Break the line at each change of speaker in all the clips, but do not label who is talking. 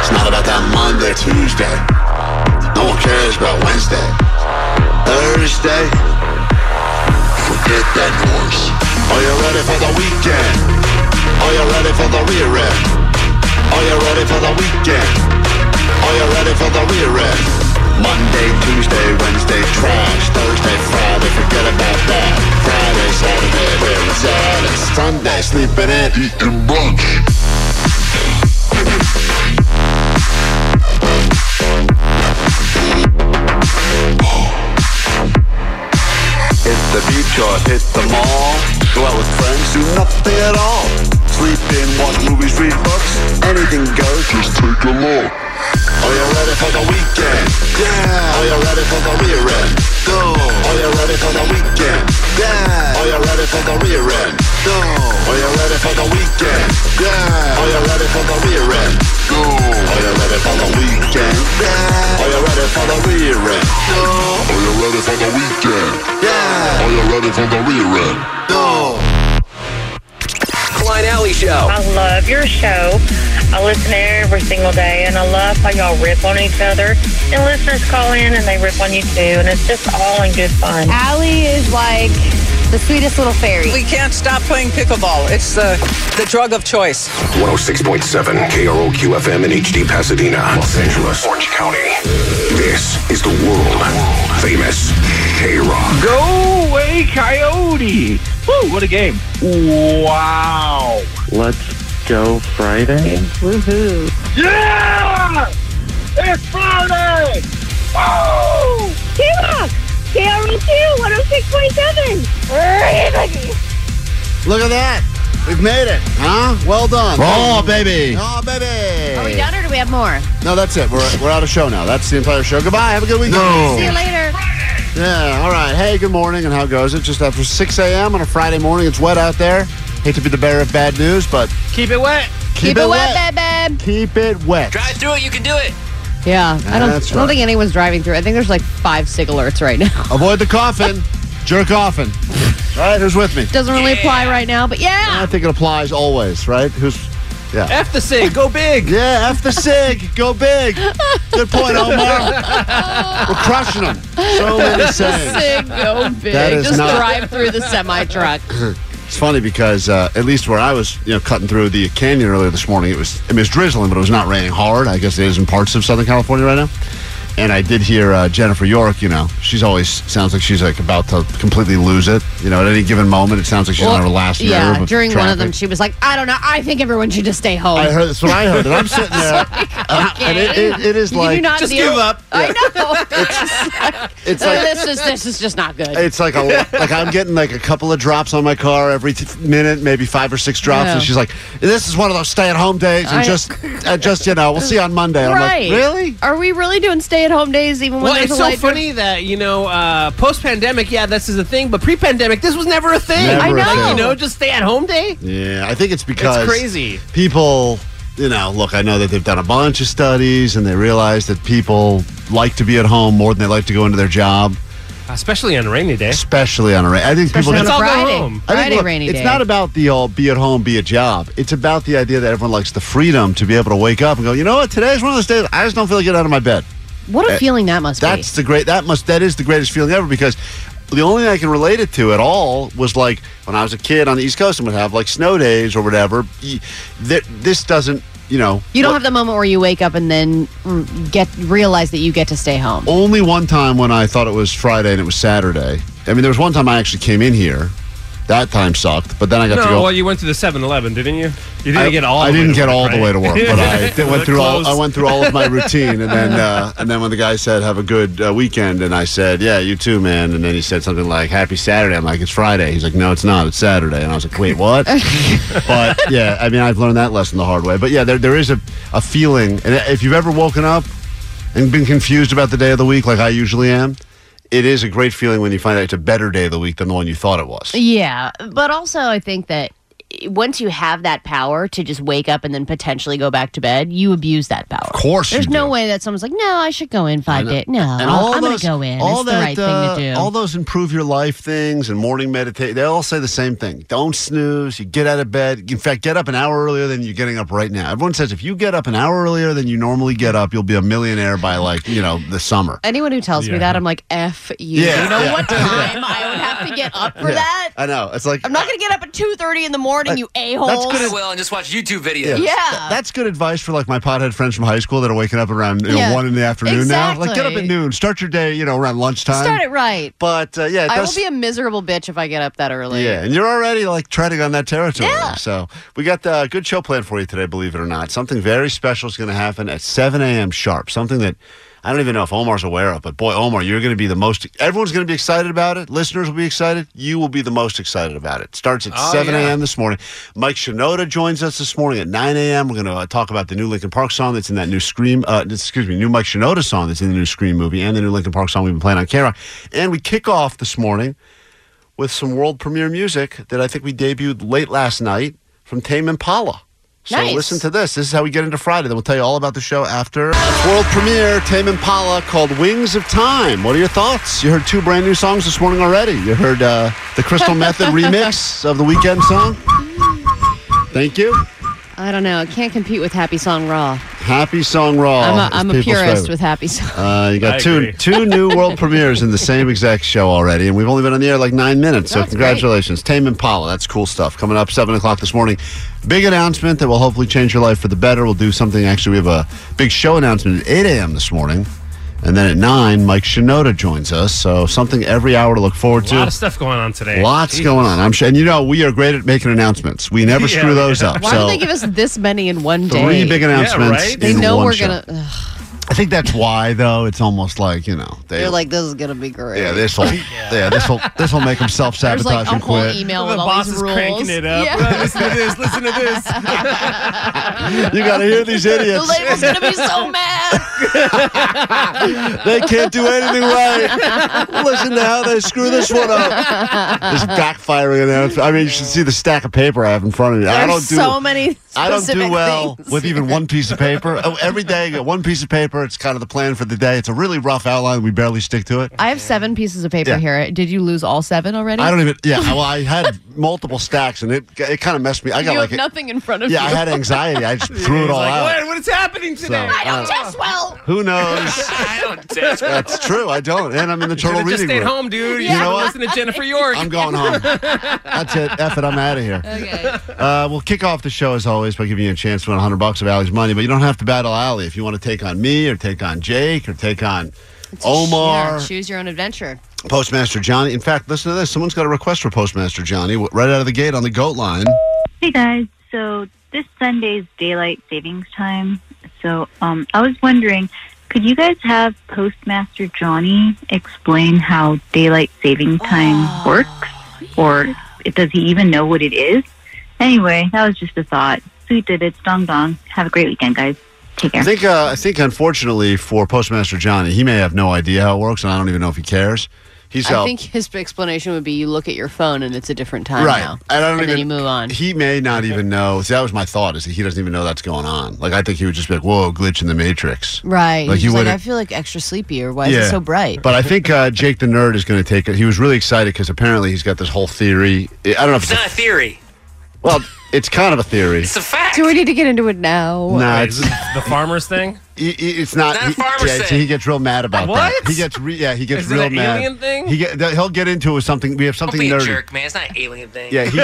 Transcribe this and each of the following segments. It's not about that Monday, Tuesday. No one cares about Wednesday. Thursday, forget that noise. Are you ready for the weekend? Are you ready for the rear end? Are you ready for the weekend? Are you ready for the rear end? Monday, Tuesday, Wednesday, trash. Thursday, Friday, forget about that. Friday, Saturday, where it's at. It's Sunday, sleeping in, eating brunch. Hit the beach or hit the mall. Go out with friends, do nothing at all. Sleep in, watch movies, read books, anything goes. Just take a look. Are you ready for the weekend? Yeah. Are you ready for the rear end? No. Are you ready for the weekend? Yeah. Are you ready for the rear end? No. Are you ready for the weekend? Yeah. Are you ready for the rear end? No. Are you ready for the weekend? Yeah. Are you ready for the rear end? No. Are you ready for the weekend? Yeah. Are you ready for the rear end? No.
Klein Alley Show.
I love your show. I listen every single day, and I love how y'all rip on each other. And listeners call in and they rip on you too, and it's just all in good fun.
Allie is like the sweetest little fairy.
We can't stop playing pickleball. It's the the drug of choice.
106.7 KROQ FM in HD Pasadena, Los Angeles, Orange County. This is the world famous K Rock.
Go away, Coyote! Woo, what a game. Wow.
Let's go Friday.
Yeah! It's Friday! Woo!
K-Rock! KRO2 106.7!
Look at that. We've made it, huh? Well done.
Oh, baby.
Oh, baby.
Are we done or do we have more?
No, that's it. We're, we're out of show now. That's the entire show. Goodbye. Have a good weekend.
See you later.
Yeah, all right. Hey, good morning, and how goes it? Just after 6 a.m. on a Friday morning. It's wet out there. Hate to be the bearer of bad news, but
Keep it wet.
keep,
it wet, babe.
Keep it wet.
Drive through it, you can do it.
Yeah, I don't,
That's
I don't
right.
think anyone's driving through. I think there's like five sig alerts right now.
Avoid the coffin. Jerk coffin. All right, who's with me?
Doesn't really apply right now, but yeah.
I think it applies always, right? Who's. Yeah.
F the sig. Go big.
Yeah, F the SIG. Go big. Good point, Omar. We're crushing them. So many sayings.
Sig, go big.
That is
Just
not-
drive through the semi truck.
It's funny because uh, at least where I was, you know, cutting through the canyon earlier this morning, it was I mean, it was drizzling, but it was not raining hard. I guess it is in parts of Southern California right now. And I did hear uh, Jennifer York. You know, she's always sounds like she's like about to completely lose it. You know, at any given moment, it sounds like she's on her last nerve.
yeah,
of
during one of
traffic.
them, she was like, I don't know. I think everyone should just stay home.
I heard that's what I heard, and I'm sitting there, uh, and it, it, it is
You do
like
not
Just
deal-
give up.
I know.
it's
so
like
this is this is just not good.
It's like a like I'm getting like a couple of drops on my car every t- minute, maybe five or six drops,
Yeah.
and she's like, "This is one of those stay-at-home days, and
I-
just uh, just you know, we'll see you on Monday." And
right?
I'm like, "Really?"
Are we really doing stay-at-home days even when
Well,
there's
it's
a
so
light?
funny that you know, uh, post pandemic, yeah, this is a thing, but pre pandemic, this was never a thing.
Never
I
a
know.
thing.
You know, just stay at home day.
Yeah, I think it's because
crazy.
people. You know, look, I know that they've done a bunch of studies, and they realize that people like to be at home more than they like to go into their job,
Especially on a rainy day.
especially on a. Ra- I think people
Especially
just
on
Let's all
a
go
Friday.
home.
I think,
Friday
look,
rainy
It's
day.
not about the all be at home, be a job. It's about the idea that everyone likes the freedom to be able to wake up and go, you know what, today's one of those days I just don't feel like getting out of my bed.
what a feeling that must
That's the great that must that is the greatest feeling ever because the only thing I can relate it to at all was like when I was a kid on the East Coast and would have like snow days or whatever. Y- th- This doesn't, you know.
You don't have the moment where you wake up and then mm, get realize that you get to stay home.
Only one time when I thought it was Friday and it was Saturday. I mean, there was one time I actually came in here. That time sucked, but then I got
no,
to go.
well, you went to the 7-Eleven, didn't you? You didn't
I,
get all.
I
the way
didn't
to
get
work,
all the
right?
way to work, but I did- went through all. I
Close.
went through all of my routine, and then uh, and then when the guy said, "Have a good uh, weekend," and I said, "Yeah, you too, man," and then he said something like, "Happy Saturday." I'm like, "It's Friday." He's like, "No, it's not. It's Saturday." And I was like, "Wait, what?" but yeah, I mean, I've learned that lesson the hard way. But yeah, there there is a a feeling, and if you've ever woken up and been confused about the day of the week, like I usually am. It is a great feeling when you find out it's a better day of the week than the one you thought it was.
Yeah, but also I think that once you have that power to just wake up and then potentially go back to bed, you abuse that power. Of
course,
there's no way that someone's like, "No, I should go in five days." No, I'm going to go in.
all
it's the
that,
right
uh,
thing to do.
All those improve your life things and morning meditate, they all say the same thing. Don't snooze. You get out of bed. In fact, get up an hour earlier than you're getting up right now. Everyone says if you get up an hour earlier than you normally get up, you'll be a millionaire by like, you know, the summer.
Anyone who tells me
Yeah.
that, I'm like, "F you."
Yeah,
you know
yeah.
what time I would have to get up for
Yeah.
that?
I know. It's like
I'm not going to get up at two thirty in the morning, you a hole.
I will and just watch YouTube videos.
Th- that's good advice for like my pothead friends from high school that are waking up around you know,
Yeah.
one in the afternoon now. Like get up at
Exactly.
noon, start your day, you know, around lunchtime.
Start it right.
But uh, yeah, it
I
does-
will be a miserable bitch if I get up that early.
Yeah, and you're already like treading on that territory. So we got uh, a good show planned for you today, believe it or not. Something very special is going to happen at 7 a.m. sharp. Something that I don't even know if Omar's aware of, but boy, Omar, you're going to be the most. Everyone's going to be excited about it. Listeners will be excited. You will be the most excited about it. Starts at
Oh,
7
yeah.
a.m. this morning. Mike Shinoda joins us this morning at 9 a.m. We're going to uh, talk about the new Lincoln Park song that's in that new Scream. Uh, excuse me, new Mike Shinoda song that's in the new Scream movie, and the new Lincoln Park song we've been playing on K Rock. And we kick off this morning with some world premiere music that I think we debuted late last night from Tame Impala. So
Nice.
listen to this. This is how we get into Friday. Then we'll tell you all about the show after It's world premiere. Tame Impala called "Wings of Time." What are your thoughts? You heard two brand new songs this morning already. You heard uh, the Crystal Method remix of the weekend song. Thank you.
I don't know. It can't compete with Happy Song Raw.
Happy song raw.
I'm a,
is
I'm
Oh,
a
people's
purist
favorite.
with Happy Song.
Uh, you got
I
two
agree.
two new world premieres in the same exact show already, and we've only been on the air like nine minutes. So
That's great.
congratulations, Tame Impala. That's cool stuff. Coming up seven o'clock this morning, big announcement that will hopefully change your life for the better. We'll do something. Actually, we have a big show announcement at eight a.m. this morning, and then at nine, Mike Shinoda joins us. So something every hour to look forward
A lot of
to.
stuff going on today.
Lots
Jeez.
going on. I'm sure, and you know we are great at making announcements. We never
Yeah,
screw those
yeah.
up.
Why
so
do they give us this many in one day?
Three big announcements in
They know
one
we're
show.
gonna. ugh,
I think that's why, though. It's almost like you know they
they're like, this is gonna be great.
Yeah, this will. yeah, this will. This will make him self
There's
sabotage
like a
and
whole
quit.
email
The
with all
boss
these
is
rules.
cranking it up.
Yeah.
Listen to this. Listen to this.
You got to hear these
the
idiots.
lady's gonna be so mad.
they can't do anything right. Listen to how they screw this one up. This backfiring announcement. I mean, you should see the stack of paper I have in front of me. I don't
There's
do.
so many.
I don't do
specific
well
things.
with even one piece of paper. Oh, every day, I get one piece of paper. It's kind of the plan for the day. It's a really rough outline. We barely stick to it.
I have seven pieces of paper
Yeah.
here. Did you lose all seven already?
I don't even. Yeah. Well, I had multiple stacks, and it it kind of messed me. I got
you
like
have nothing in front of
yeah,
you.
I had anxiety. I just threw it
He's
all
like,
out.
What, what is happening today?
I don't uh,
test well.
Who knows?
I don't test well.
That's true. I don't. And I'm in the turtle
Should've
reading
just stayed
room.
home, dude.
You know what?
Listen to Jennifer York.
I'm going home. That's it. F it. I'm out of here.
Okay.
Uh, we'll kick off the show as always by giving you a chance to win 100 bucks of Allie's money, but you don't have to battle Allie if you want to take on me or take on Jake or take on Omar,
Yeah, choose your own adventure.
Postmaster Johnny. In fact, listen to this. Someone's got a request for Postmaster Johnny w- right out of the gate on the goat line.
Hey guys, so this Sunday's daylight savings time. So um, I was wondering, could you guys have Postmaster Johnny explain how daylight saving time works, or it, does he even know what it is? Anyway, that was just a thought. Sweet did it, dong dong. Have a great weekend, guys. Take care.
I think, uh, I think, unfortunately, for Postmaster Johnny, he may have no idea how it works, and I don't even know if he cares. He's uh,
I
out.
think his explanation would be you look at your phone and it's a different time
right.
now.
And I don't
And
even
then you move on.
He may not even know. See, that was my thought is that he doesn't even know that's going on. Like I think he would just be like, "Whoa, glitch in the matrix."
Right.
Like
He's
you
like,
would.
I feel like extra sleepy or why is it so bright?
But I think uh, Jake the nerd is going to take it. He was really excited because apparently he's got this whole theory. I don't know if
It's
it's,
not a theory.
well, it's kind of a theory.
It's a fact.
Do we need to get into it now?
Nah, it's-
the farmer's thing.
he- he- it's not.
Not a
he-
farmer's
yeah,
thing.
so he gets real mad about
What?
that. He gets re, yeah, he gets
Is it
real
an
mad.
alien thing?
He get, he'll get into it with something. We have
Don't
something
be a
nerdy.
jerk, man. It's not an alien thing.
Yeah, he-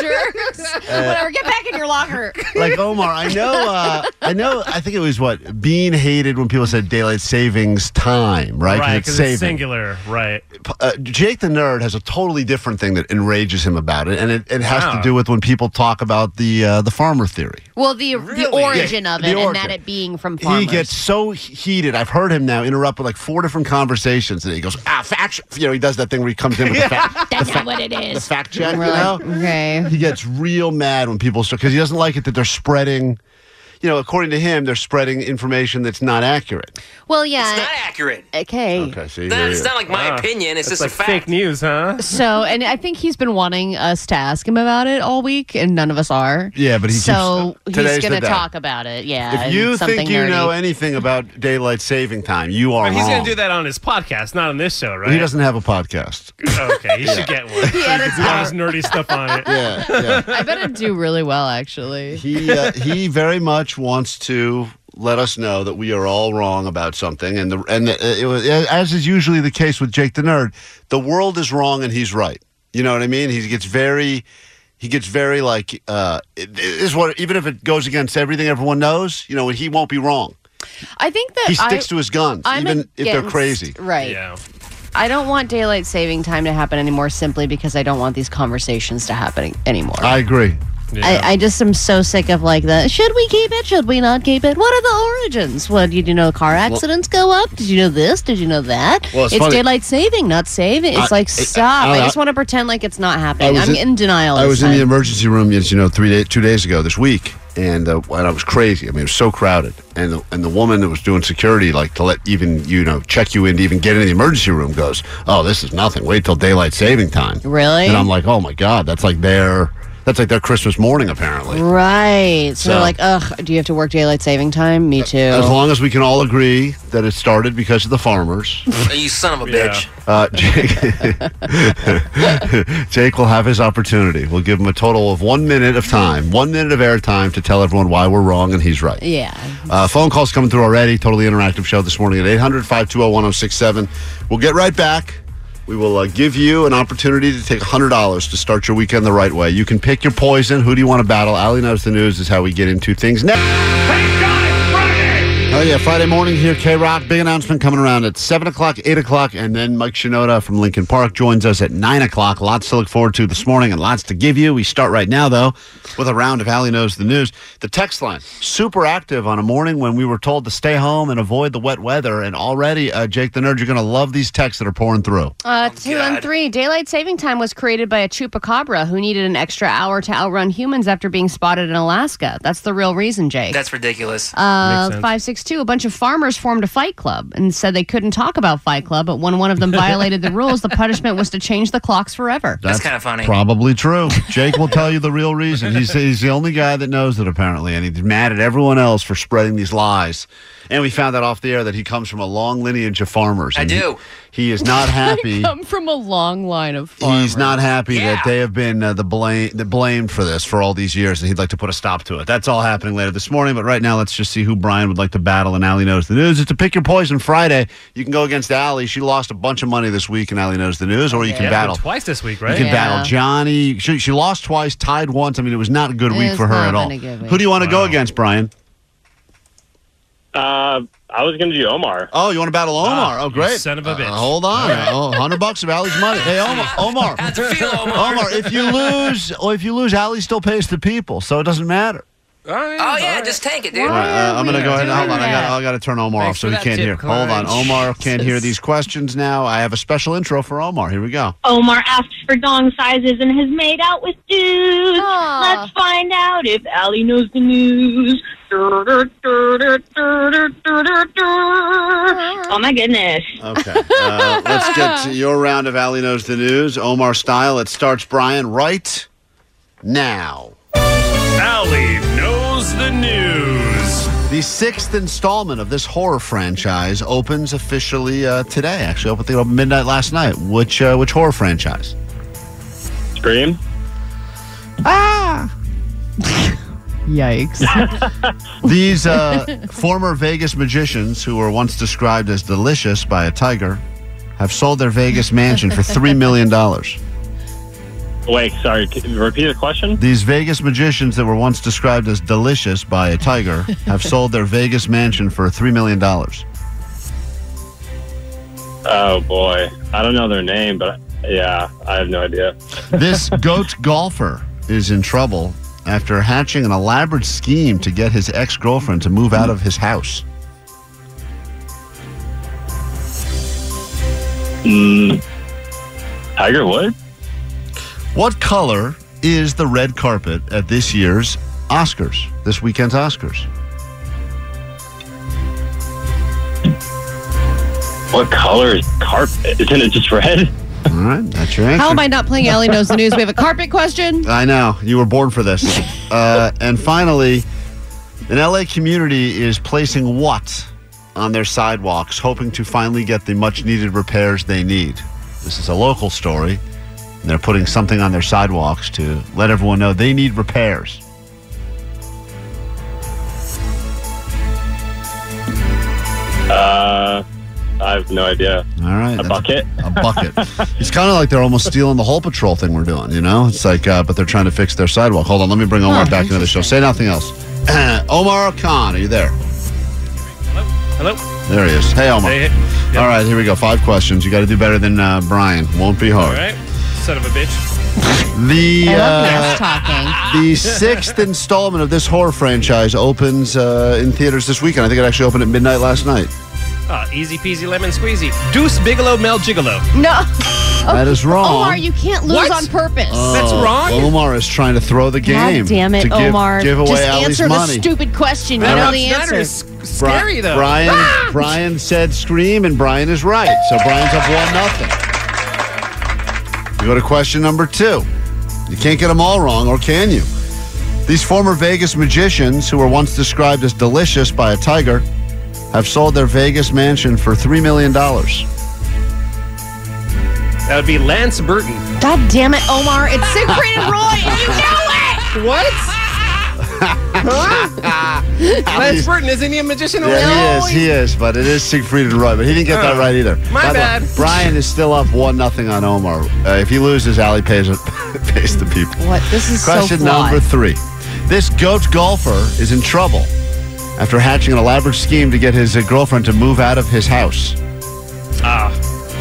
Jerks. Whatever. Get back in your locker.
like Omar, I know, uh, I know. I think it was what Bean hated when people said daylight savings time, right?
Right, 'cause it's
saving.
singular. Right.
uh, Jake the Nerd has a totally different thing that enrages him about it, and it, it has
Wow.
to do with when people talk about the uh, the farmer theory.
Well, the the origin of
the
it and
origin.
that it being from farmers.
He gets so he- heated. I've heard him now interrupt with like four different conversations, and he goes, "Ah, fact." ch-" You know, he does that thing where he comes in with the fact.
That's not what it is. The
fact check,
We're
you
like,
know?
okay.
He gets real mad when people start because he doesn't like it that they're spreading. You know, according to him, they're spreading information that's not accurate.
Well, yeah.
It's not accurate.
Okay.
Okay, see,
Nah,
there
it's
you-
not like my
Uh,
Wow.
opinion. It's
That's
just a
like
fact.
fake news, huh?
So, and I think he's been wanting us to ask him about it all week, and none of us are.
Yeah, but he
so
keeps-
he's
today's the
going to
day.
talk about it. Yeah,
if
and
you
something
think you
nerdy.
know anything about daylight saving time, you are
But he's
wrong.
going to do that on his podcast, not on this show, right?
He doesn't have a podcast.
Okay, he
Yeah.
should get one. so he can do all his nerdy stuff on it.
Yeah, yeah.
I bet it'd do really well, actually.
He uh, he very much wants to let us know that we are all wrong about something, and the and the, it was, as is usually the case with Jake the Nerd, the world is wrong and he's right. You know what I mean? He gets very. He gets very like uh, it- it is what even if it goes against everything everyone knows, you know he won't be wrong.
I think that
He sticks
I,
to his guns,
I'm
even if they're
against-
crazy.
Right. I don't want daylight saving time to happen anymore simply because I don't want these conversations to happen anymore.
I agree.
I, I just am so sick of like the should we keep it? Should we not keep it? What are the origins? What did you know? Car accidents go up. Did you know this? Did you know that?
Well, it's funny-
daylight saving, not saving. It's
I-
like
I-
stop. I,
I-
just want to pretend like it's not happening.
was
I'm in, denial.
I
this
was in the
time.
emergency room, as you know, three day, two days ago this week, and uh, and I was crazy. I mean, it was so crowded, and the, and the woman that was doing security, like to let even you know check you in to even get into the emergency room, goes, "Oh, this is nothing. Wait till daylight saving time."
Really?
And I'm like, "Oh my god, that's like their that's like their Christmas morning apparently."
Right. So, they're
So-
like, ugh, do you have to work daylight saving time? Me too.
As long as we can all agree that it started because of the farmers.
Oh, you son of a bitch.
Uh, Jake, Jake will have his opportunity. We'll give him a total of one minute of time, one minute of airtime to tell everyone why we're wrong and he's right.
yeah.
Uh, phone calls coming through already. Totally interactive show this morning at 800 520 1067. We'll get right back. We will uh, give you an opportunity to take $100 to start your weekend the right way. You can pick your poison. Who do you want to battle? Allie knows the news is how we get into things next. Oh, yeah, Friday morning here, K Rock. Big announcement coming around at 7 o'clock, 8 o'clock, and then Mike Shinoda from Lincoln Park joins us at 9 o'clock. Lots to look forward to this morning and lots to give you. We start right now, though, with a round of Allie Knows the News. The text line, super active on a morning when we were told to stay home and avoid the wet weather. And already, uh, Jake the Nerd, you're going to love these texts that are pouring through.
Uh, two and three. Daylight saving time was created by a chupacabra who needed an extra hour to outrun humans after being spotted in Alaska. That's the real reason, Jake.
That's ridiculous.
Uh, 562, a bunch of farmers formed a fight club and said they couldn't talk about Fight Club, but when one of them violated the rules, the punishment was to change the clocks forever.
kinda funny.
Probably true. Jake will tell you the real reason. He's, he's the only guy that knows it, apparently, and he's mad at everyone else for spreading these lies. And we found out off the air that he comes from a long lineage of farmers.
I
and
do.
He, he is not happy.
I come from a long line of
He's not happy that they have been uh, the blame the blamed for this for all these years, and he'd like to put a stop to it. That's all happening later this morning. But right now, let's just see who Brian would like to battle. And Allie knows the news. It's a pick your poison Friday. You can go against Allie. She lost a bunch of money this week, and Allie knows the news. Or you can
Yeah,
battle
twice this week, right?
you can battle Johnny. She, she lost twice, tied once. I mean, it was not a good
It
week
has
for her
not
at
been
all.
a good week.
Who do you want to go against, Brian?
Uh, I was going to do Omar.
Oh, you want to battle Omar? oh, great.
son of a bitch.
Uh, hold on. Oh, 100 bucks of Allie's money. Hey, Omar. Omar. Omar. if you lose, or if you lose, Allie still pays the people, so it doesn't matter.
oh yeah, just tank it, dude.
All right, uh, I'm going to go ahead and hold on. I got, I got to turn Omar
Thanks
off so
for
he
that
can't
tip,
hear.
Klein.
Hold on. Omar can't hear these questions now. I have a special intro for Omar. Here we go.
Omar asks for dong sizes and has made out with dudes.
Ah.
Let's find out if Allie knows the news. Dur, dur, dur, dur, dur, dur, dur, dur, dur. Oh my goodness.
Okay. Uh, let's get to your round of Allie Knows the News, Omar style. It starts, Brian, right now.
Allie knows the news.
The sixth installment of this horror franchise opens officially uh, today. Actually, I think it opened midnight last night. Which uh, which horror franchise?
Scream.
Ah.
Yikes.
These uh, former Vegas magicians, who were once described as delicious by a tiger, have sold their Vegas mansion for $3 million.
Wait, sorry. c- Repeat the question.
These Vegas magicians that were once described as delicious by a tiger have sold their Vegas mansion for $3 million.
Oh boy, I don't know their name, but yeah, I have no idea.
This goat golfer is in trouble after hatching an elaborate scheme to get his ex girlfriend to move out of his house.
Mm, Tiger Woods?
What color is the red carpet at this year's Oscars? This weekend's Oscars?
What color is carpet? Isn't it just red?
All right, that's your answer.
How am I not playing Allie Knows the News? We have a carpet question.
I know. You were born for this. uh, and finally, an LA community is placing what on their sidewalks, hoping to finally get the much needed repairs they need. This is a local story. And they're putting something on their sidewalks to let everyone know they need repairs.
Uh, I have no idea.
All right.
A
that's-
bucket?
A bucket. it's kind of like they're almost stealing the whole patrol thing we're doing, you know? It's like, uh, but they're trying to fix their sidewalk. Hold on, let me bring Omar
Huh,
back into the show. Say nothing else. Omar Khan, are you there?
Hello.
There he is. Hey, Omar.
Hey,
All right, here we go. Five questions. You got to do better than uh, Brian. Won't be
All
hard.
right. Son of a bitch.
The uh,
talking.
the sixth installment of this horror franchise opens uh, in theaters this weekend. I think it actually opened at midnight last night.
Ah, easy peasy lemon squeezy. Deuce Bigelow Mel Gigolo.
No.
That is wrong.
Oh, Omar, you can't lose
What?
on purpose.
Oh, Omar is trying to throw the
God
game.
damn it,
to give,
Omar.
Give away
Just
Allie's
answer
money.
the stupid question. You
That
know
Rob
the
Schneider
answer.
is Bri- Brian,
Ah!
Brian said scream, and Brian is right. So Brian's up one nothing. We go to question number two. You can't get them all wrong, or can you? These former Vegas magicians, who were once described as delicious by a tiger, have sold their Vegas mansion for three million dollars.
That would be Lance Burton.
God damn it, Omar. It's Siegfried and Roy, and you know it!
What? Lance
He's-
Burton, isn't he a magician? over
Yeah,
there?
he is. He is, but it is Siegfried and Roy, but he didn't get that
Oh,
right either. By
my
the way,
bad.
Brian is still up one nothing on Omar. Uh, if he loses, Ali pays pays the people.
What? This is so
Question
flawed.
number three. This goat golfer is in trouble after hatching an elaborate scheme to get his uh, girlfriend to move out of his house.
Ah,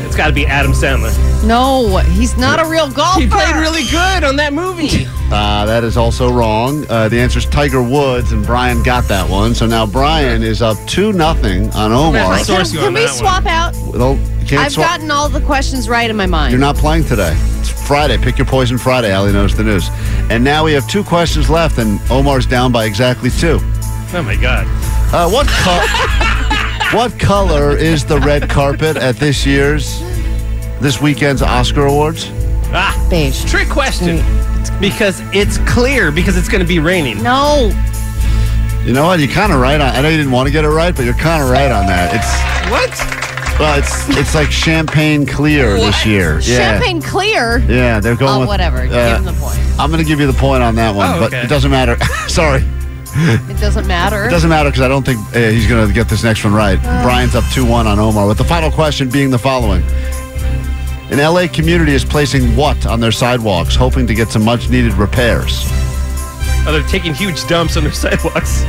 it's got to be Adam Sandler.
No, he's not a real golfer.
He played really good on that movie.
Uh, that is also wrong. Uh, the answer is Tiger Woods, and Brian got that one. So now Brian is up two nothing on Omar.
Can, can we swap out?
Well, you can't
I've
swap-
gotten all the questions right in my mind.
You're not playing today. It's Friday. Pick your poison Friday. Ali knows the news. And now we have two questions left, and Omar's down by exactly two.
Oh my god.
Uh, what color? what color is the red carpet at this year's, this weekend's Oscar awards?
Ah,
beige.
Trick question. Because it's clear. Because it's going to be raining.
No.
You know what? You're kind of right on. I know you didn't want to get it right, but you're kind of right on that. It's
What?
well, it's it's like champagne clear this year. Yeah.
Champagne clear.
Yeah, they're going.
Oh,
with-
whatever.
uh,
Give him the point.
I'm going to give you the point on that one,
Oh,
but
okay.
it doesn't matter. Sorry.
It doesn't matter.
It doesn't matter because I don't think uh, he's going to get this next one right.
Uh.
Brian's up 2 1 on Omar, with the final question being the following An LA community is placing what on their sidewalks, hoping to get some much needed repairs?
Oh, they're taking huge dumps on their sidewalks.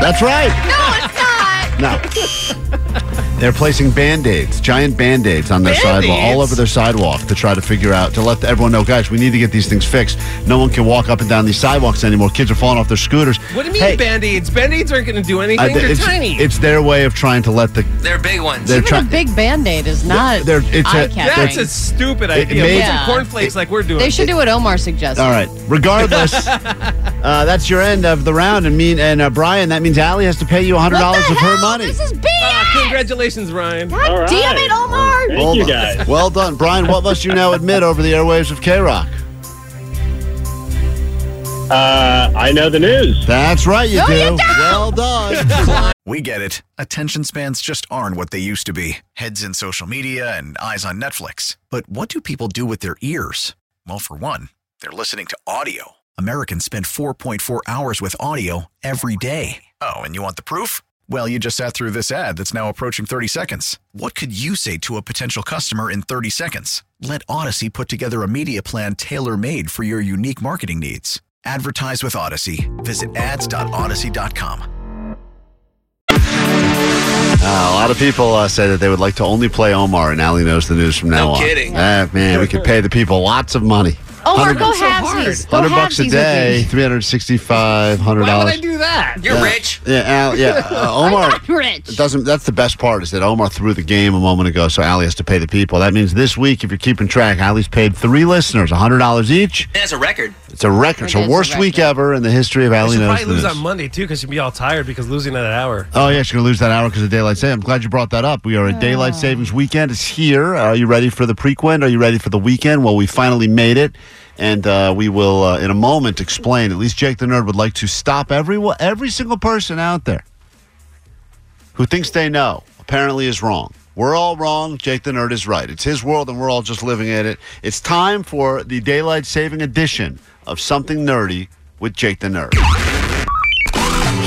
That's right.
No, it's
No.
not.
They're placing band aids, giant band aids on their sidewalk, all
Band-Aids?
over their sidewalk to try to figure out, to let everyone know, guys, we need to get these things fixed. No one can walk up and down these sidewalks anymore. Kids are falling off their scooters.
What do you mean band-aids? Band-aids aren't going to do anything.
I thi-
They're
it's,
tiny.
it's their way of trying to let the
They're big ones.
They're
Even
try-
a big band aid is not.
They're- it's a-
That's
eye-catching.
a stupid
It
idea.
made-
Put
Yeah.
some cornflakes like we're doing.
They should do what Omar suggested.
All right. Regardless, uh, that's your end of the round. And mean and uh, Brian, that means Allie has to pay you $100 of her money.
This is BS.
Ah, Congratulations, Ryan.
God damn it, Omar.
well done. Well done, Brian. What must you now admit over the airwaves of K Rock?
Uh, I know the news.
That's right, you
No,
do.
you don't.
Well done. Uh,
We get it. Attention spans just aren't what they used to be heads in social media and eyes on Netflix. But what do people do with their ears? Well, for one, they're listening to audio. Americans spend 4.4 hours with audio every day. Oh, and you want the proof? Well, you just sat through this ad that's now approaching 30 seconds. What could you say to a potential customer in 30 seconds? Let Odyssey put together a media plan tailor made for your unique marketing needs. Advertise with Odyssey. Visit ads.odyssey.com.
Uh, a lot of people uh, say that they would like to only play Omar, and Ali knows the news from now
No
on.
kidding.
Ah, man, we could pay the people lots of money.
Omar,
100
go halvesies. Go
100 bucks a
halvesies
day,
with me.
365 $100.
Why would I do that?
Yeah. Yeah, Al, yeah. Uh, Omar.
rich.
It doesn't. That's the best part is that Omar threw the game a moment ago, so Ali has to pay the people. That means this week, if you're keeping track, Ali's paid three listeners hundred dollars each.
That's a record.
It's a record. It's
It
the
is a
worst week ever in the history of
I
Ali
should
knows
probably
the
lose
News.
on Monday too because you'd be all tired because losing that hour.
Oh yeah, she's gonna lose that hour because of daylight saving. I'm glad you brought that up. We are at daylight savings weekend. It's here. Are you ready for the prequel? Are you ready for the weekend? Well, we finally made it, and uh, we will uh, in a moment explain. At least Jake the Nerd would like to stop everyone, every single person out there who thinks they know apparently is wrong. We're all wrong. Jake the Nerd is right. It's his world, and we're all just living in it. It's time for the daylight saving edition of something nerdy with Jake the Nerd.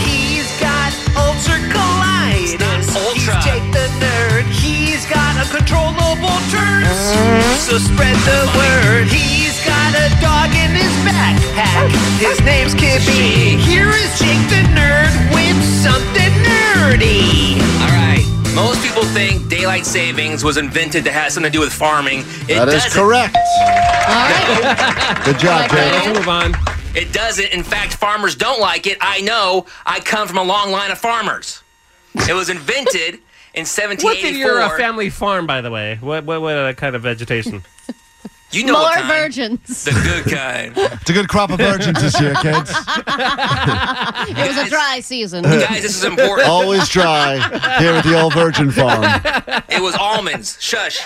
He's got ulcer colitis. He's Jake the nerd. He's got uncontrollable turds. So spread the word. He's got a dog in his backpack. His name's Kippy. Here is Jake the nerd with something nerdy.
All right. Most people think daylight savings was invented to have something to do with farming. It
That is
doesn't.
correct. Good job, Jake.
move on.
It doesn't. In fact, farmers don't like it. I know. I come from a long line of farmers. It was invented in 1784.
What's in your uh, family farm, by the way? What what, what uh, kind of vegetation?
You know what
More
kind.
virgins.
The good kind.
It's a good crop of virgins this year, kids.
it was a dry season.
Guys, this is important.
Always dry here at the old virgin farm.
It was almonds. Shush.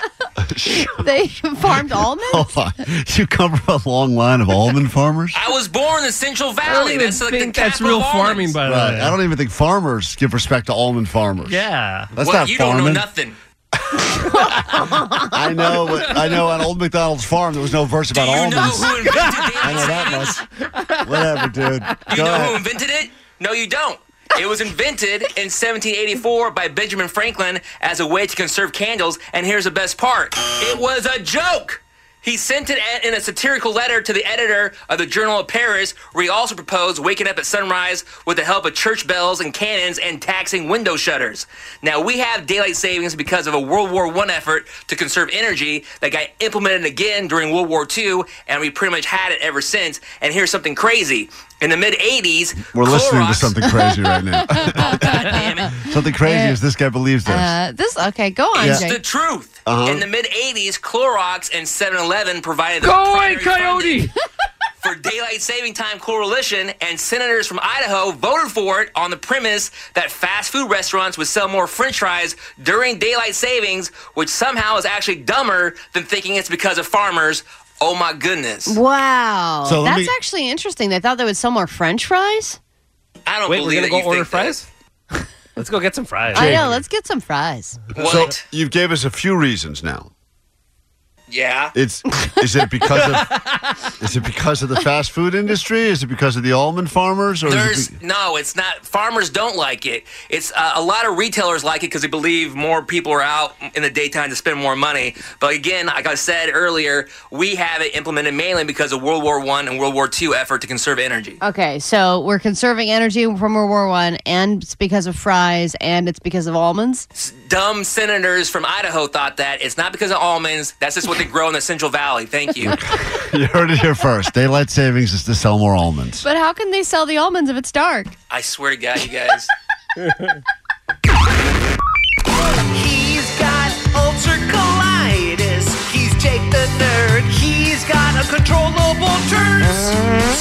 they farmed almonds.
Oh, my. you come from a long line of almond farmers.
I was born in the Central Valley. That's like the
that's
capital
real
of
farming, by the
Right.
way.
I don't even think farmers give respect to almond farmers.
Yeah,
That's not
you
farming.
don't know nothing.
I know. But I know. On old McDonald's farm, there was no verse about
You know
almonds.
who invented daylight
I know that
savings?
much. Whatever, dude.
You
Go
know
ahead.
who invented it? No, you don't. It was invented in 1784 by Benjamin Franklin as a way to conserve candles, and here's the best part it was a joke! He sent it a- in a satirical letter to the editor of the Journal of Paris, where he also proposed waking up at sunrise with the help of church bells and cannons and taxing window shutters. Now, we have daylight savings because of a World War I effort to conserve energy that got implemented again during World War II, and we pretty much had it ever since. And here's something crazy. In the mid 80s,
We're listening to
Clorox- Oh,
something crazy right now. Something crazy is this guy believes this.
Uh, this okay? Go on,
Yeah.
It's
Jake.
the truth.
Uh-huh.
In the mid 80s, Clorox and 7 Eleven provided the
Go away,
primary
coyote!
for Daylight Saving Time Coalition, and senators from Idaho voted for it on the premise that fast food restaurants would sell more french fries during daylight savings, which somehow is actually dumber than thinking it's because of farmers. Oh my goodness.
Wow.
So let
That's
me-
actually interesting. They thought they would sell more French fries.
I don't
Wait,
believe
we're
that
gonna
you
go order
think that.
fries. Let's go get some fries.
I know. Let's get some fries.
So you gave us a few reasons now.
Yeah.
It's is it because of is it because of the fast food industry? Is it because of the almond farmers? Or is
There's
it be-
no, it's not. Farmers don't like it. It's uh, a lot of retailers like it because they believe more people are out in the daytime to spend more money. But again, like I said earlier, we have it implemented mainly because of World War One and World War Two effort to conserve energy.
Okay, so we're conserving energy from World War One, and it's because of fries, and it's because of almonds.
Dumb senators from Idaho thought that it's not because of almonds. That's just what they grow in the Central Valley. Thank you.
you heard it here first. Daylight savings is to sell more almonds.
But how can they sell the almonds if it's dark?
I swear to God, you guys.
He's got ulcer colitis. He's Jake the nerd. He's got uncontrollable turds.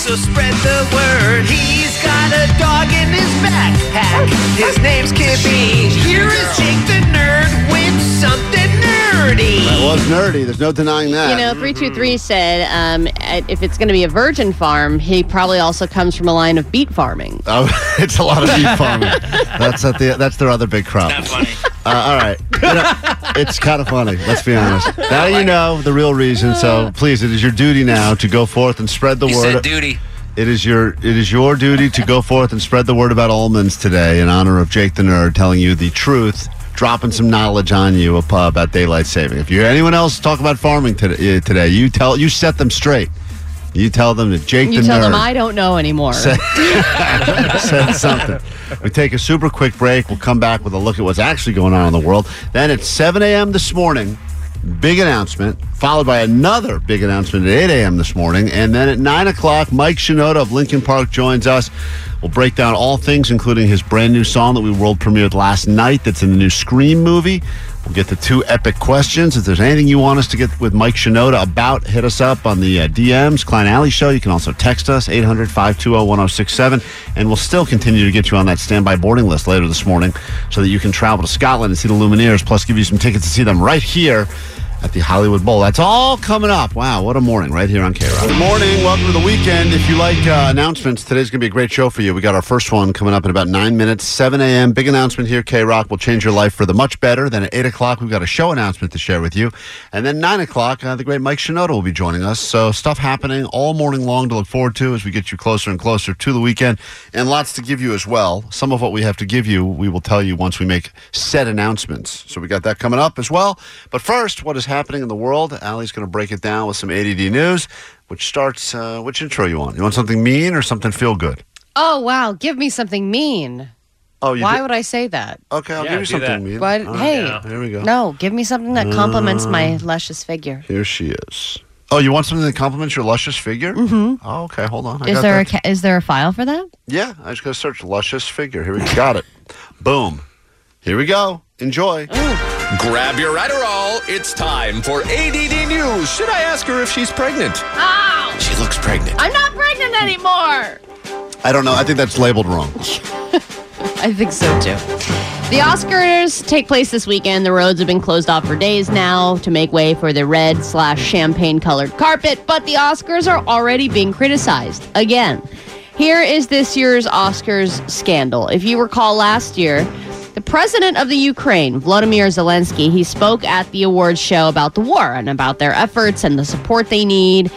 So spread the word. He's got a dog in his backpack. His name's Kippy. Here is Jake the nerd with something nerdy.
That was nerdy. There's no denying that.
You know, three two three said um, at- if it's going to be a virgin farm, he probably also comes from a line of beet farming.
Oh, it's a lot of beef farming. That's at the that's their other big crop. Not
funny.
Uh, all right, You know, it's kind of funny. Let's be honest.
Uh.
Now you know the real reason. So please, it is your duty now to go forth and spread the
You
word.
said duty.
It is your it is your duty to go forth and spread the word about almonds today in honor of Jake the Nerd telling you the truth, dropping some knowledge on you ap- about daylight saving. If you anyone else talk about farming today, eh, today, you tell you set them straight. You tell them that Jake
You
the
tell
Nerd
them I don't know anymore.
said, said something. We take a super quick break. We'll come back with a look at what's actually going on in the world. Then at 7 a.m. this morning, big announcement, followed by another big announcement at 8 a.m. this morning. And then at 9 o'clock, Mike Shinoda of Lincoln Park joins us. We'll break down all things, including his brand new song that we world premiered last night that's in the new Scream movie. We'll get the two epic questions. If there's anything you want us to get with Mike Shinoda about, hit us up on the uh, DMs, Klein Alley Show. You can also text us, 800 520 1067. And we'll still continue to get you on that standby boarding list later this morning so that you can travel to Scotland and see the Lumineers, plus give you some tickets to see them right here at the Hollywood Bowl. That's all coming up. Wow, what a morning right here on K Rock. Good morning. Welcome to the weekend. If you like uh, announcements, today's going to be a great show for you. We got our first one coming up in about nine minutes, 7 a.m. Big announcement here, K Rock will change your life for the much better. Then at 8 o'clock, we've got a show announcement to share with you. And then 9 o'clock, uh, the great Mike Shinoda will be joining us. So stuff happening all morning long to look forward to as we get you closer and closer to the weekend. And lots to give you as well. Some of what we have to give you, we will tell you once we make set announcements. So we got that coming up as well. But first, what is happening in the world? Allie's going to break it down with some ADD news, which starts. Uh, which intro you want? You want something mean or something feel good?
oh wow, give me something mean.
Oh, you
Why
did-
would I say that?
Okay, I'll give you something mean.
But
All right,
hey,
here we go.
No, give me something that compliments my
Uh,
luscious figure.
Here she is. Oh, you want something that compliments your luscious figure? Mm-hmm. Oh, okay. Hold on. I
Is
got
there a
that.
ca- is there a file for that?
Yeah, I just gotta search luscious figure. Here we got it. Boom. Here we go. Enjoy.
Grab your Adderall. It's time for ADD News. Should I ask her if she's pregnant?
Ow!
She looks pregnant.
Oh! I'm not pregnant anymore.
I don't know. I think that's labeled wrong.
I think so too. The Oscars take place this weekend. The roads have been closed off for days now to make way for the red slash champagne colored carpet, but the Oscars are already being criticized again. Here is this year's Oscars scandal. If you recall last year, the president of the Ukraine, Vladimir Zelensky, he spoke at the awards show about the war and about their efforts and the support they need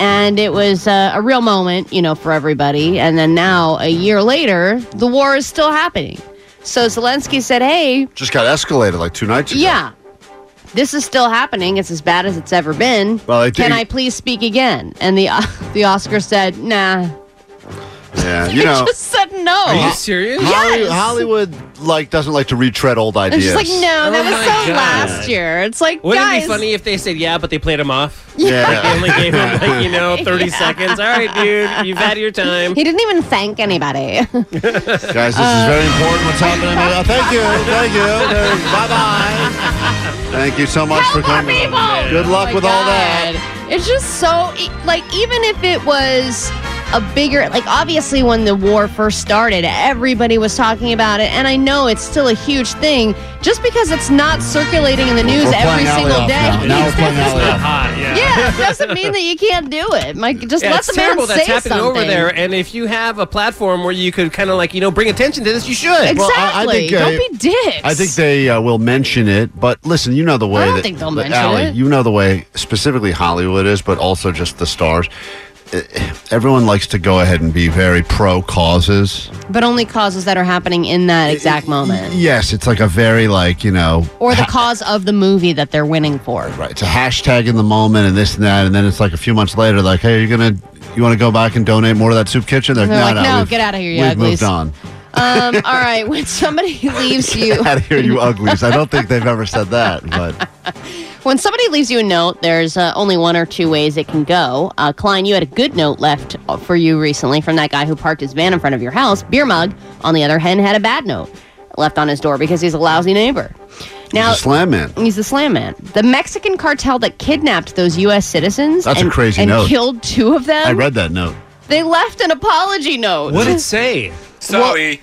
and it was uh, a real moment, you know, for everybody. And then now, a year later, the war is still happening. So Zelensky said, "Hey,
Just got escalated like two nights ago.
yeah, this is still happening. It's as bad as it's ever been.
Well, I
Can
think-
I please speak again?" And the uh, the Oscar said, "Nah."
Yeah,
They
you know.
just said no.
serious?
Yes.
Hollywood like doesn't like to retread old
And
ideas.
she's like, "No, that
Oh
was
my
so
God.
last year." It's like,
Wouldn't
guys,
it be funny if they said yeah, but they played him off?
Yeah.
Like they only gave him like you know thirty
Yeah.
seconds. All right, dude, you've had your time.
he didn't even thank anybody.
Guys, this is very important. What's happening? Uh, thank you. Thank you. Bye bye. Thank you so much for coming. Good luck
Oh my
with all that.
God. It's just so e- like even if it was a bigger like obviously when the war first started everybody was talking about it and I know it's still a huge thing just because it's not circulating in the news
We're
every
playing Ally
single
off Now,
day.
now we're playing Ally off.
Yeah, doesn't mean that you can't do it. Like just
Yeah,
let
it's
the
terrible
man
that's
say
happening
something.
over there. And if you have a platform where you could kind of like you know bring attention to this, you should.
Exactly. Don't be dicks.
I think they uh, will mention it, but listen, you know the way
I don't
that,
think they'll
that
mention
Ally,
it.
you know the way specifically Hollywood is, but also just the stars. Eh, Everyone likes to go ahead and be very pro causes.
but only causes that are happening in that exact moment.
Yes, it's like a very like you know
Or the cause of the movie that they're winning for.
right. It's a hashtag in the moment and this and that, and then it's like a few months later, like, hey, you're gonna you want to go back and donate more to that soup kitchen? They're,
And they're like,
no,
"No,
we've-
get outta here, you
We've
uglies."
moved on.
Um, all right, when somebody leaves you
Get out of here, you uglies. I don't think they've ever said that, but
When somebody leaves you a note, there's uh, only one or two ways it can go. Uh, Klein, you had a good note left for you recently from that guy who parked his van in front of your house. Beer mug, on the other hand, had a bad note left on his door because he's a lousy neighbor. Now
he's a slam man.
He's the slam man. The Mexican cartel that kidnapped those U.S. citizens
That's a
and,
crazy
and
note.
killed two of them.
I read that note.
They left an apology note.
What did it say?
Sorry.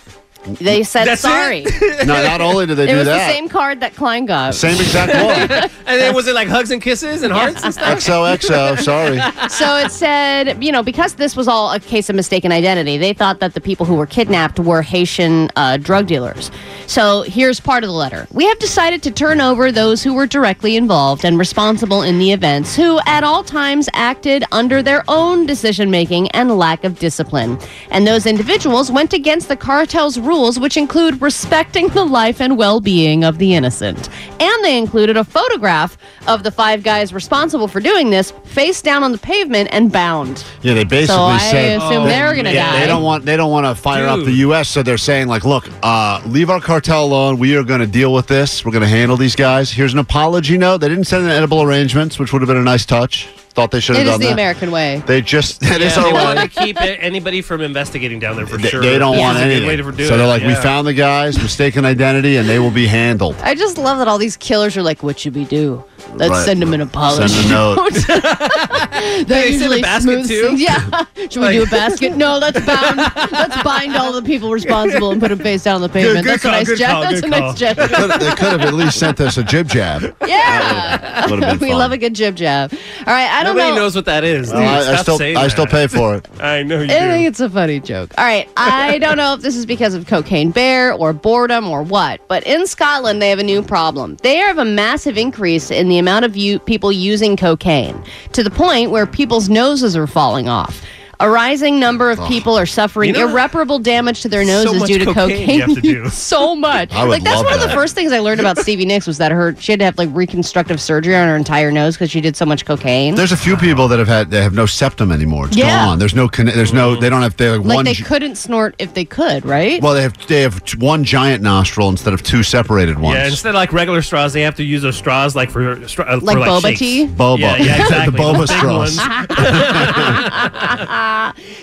They said
That's it?
sorry.
No, not only did they
it
do
was
that-
the same card that Klein got.
Same exact one.
and then was it like hugs and kisses and hearts and stuff?
XOXO, sorry.
so it said, you know, because this was all a case of mistaken identity, they thought that the people who were kidnapped were Haitian uh, drug dealers. So here's part of the letter. We have decided to turn over those who were directly involved and responsible in the events, who at all times acted under their own decision making and lack of discipline. And those individuals went against the cartel's rules, which include respecting the life and well being of the innocent. And they included a photograph of the five guys responsible for doing this face down on the pavement and bound.
Yeah, they basically
So I
said
assume
they,
they're gonna
yeah,
die.
They don't want they don't want to fire up the U.S. So they're saying like, look, uh, leave our cartel alone. We are going to deal with this. We're going to handle these guys. Here's an apology note. They didn't send an edible arrangements, which would have been a nice touch. Thought they should have
It is
done
the
that.
American way.
They just that is
Yeah,
our
they
way.
want to keep a- anybody from investigating down there for
They-
sure.
They don't want
That's a good
anything.
way to do
so
it,
they're like, we
yeah.
found the guys, mistaken identity, and they will be handled.
I just love that all these killers are like, what should we do? Let's
Right.
send them an apology.
Send a note.
that
They send a
usually
basket,
smooths
too?
things- Yeah. Should we
Like-
do a basket? No, let's bound. let's bind all the people responsible and put them face down on the pavement.
good
that's
call,
a nice
good
gesture.
call,
That's
good
a
call.
nice
They
gesture.
could, they could have at least sent us a jib jab.
Yeah.
Would've been
we
fun.
love a good jib jab. All right. I don't
Nobody
know.
knows what that is.
Well,
dude.
I- I
Stop
still-
saying
I still
that.
pay for it.
I know you
I think
do.
it's a funny joke. All right. I don't know if this is because of Cocaine Bear or boredom or what, but in Scotland, they have a new problem. They have a massive increase in the amount of you- people using cocaine to the point where people's noses are falling off. A rising number of
Ugh.
people are suffering
You know,
irreparable damage to their
so
noses
much
due to
cocaine
cocaine.
you have to do.
so much.
I would
like that's
love
one of the
that.
first things I learned about Stevie Nicks was that her she had to have like reconstructive surgery on her entire nose because she did so much cocaine.
There's a few people that have had they have no septum anymore. It's
Yeah.
gone. There's no conne- there's no they don't have they have
like
one
they
gi-
couldn't snort if they could, right?
well they have they have t- one giant nostril instead of two separated ones.
Yeah, instead of like regular straws, they have to use those straws like for uh, stra- uh,
Like
for, like
boba
shakes.
tea?
Boba.
Yeah, yeah,
The
exactly.
boba
Those big
straws.
ones.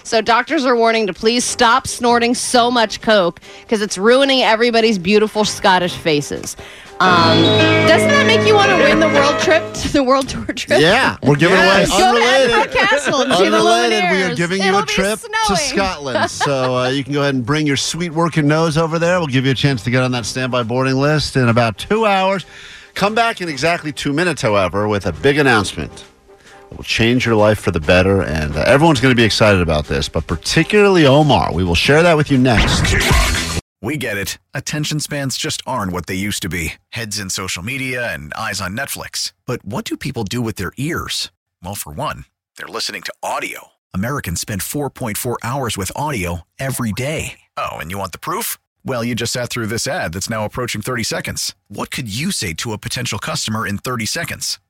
So doctors are warning to please stop snorting so much coke because it's ruining everybody's beautiful Scottish faces. Um, doesn't that make you want to win the world trip to the world tour trip?
Yeah, we're giving
Yes.
away
Go to Edinburgh
unrelated.
Castle and see the
unrelated. We are
Lumineers.
giving you
It'll
a
be
trip to
snowing.
Scotland, so uh, you can go ahead and bring your sweet working nose over there. We'll give you a chance to get on that standby boarding list in about two hours. Come back in exactly two minutes, however, with a big announcement. It will change your life for the better, and uh, everyone's going to be excited about this, but particularly Omar. We will share that with you next.
We get it. Attention spans just aren't what they used to be heads in social media and eyes on Netflix. But what do people do with their ears? Well, for one, they're listening to audio. Americans spend 4.4 hours with audio every day. Oh, and you want the proof? Well, you just sat through this ad that's now approaching 30 seconds. What could you say to a potential customer in 30 seconds?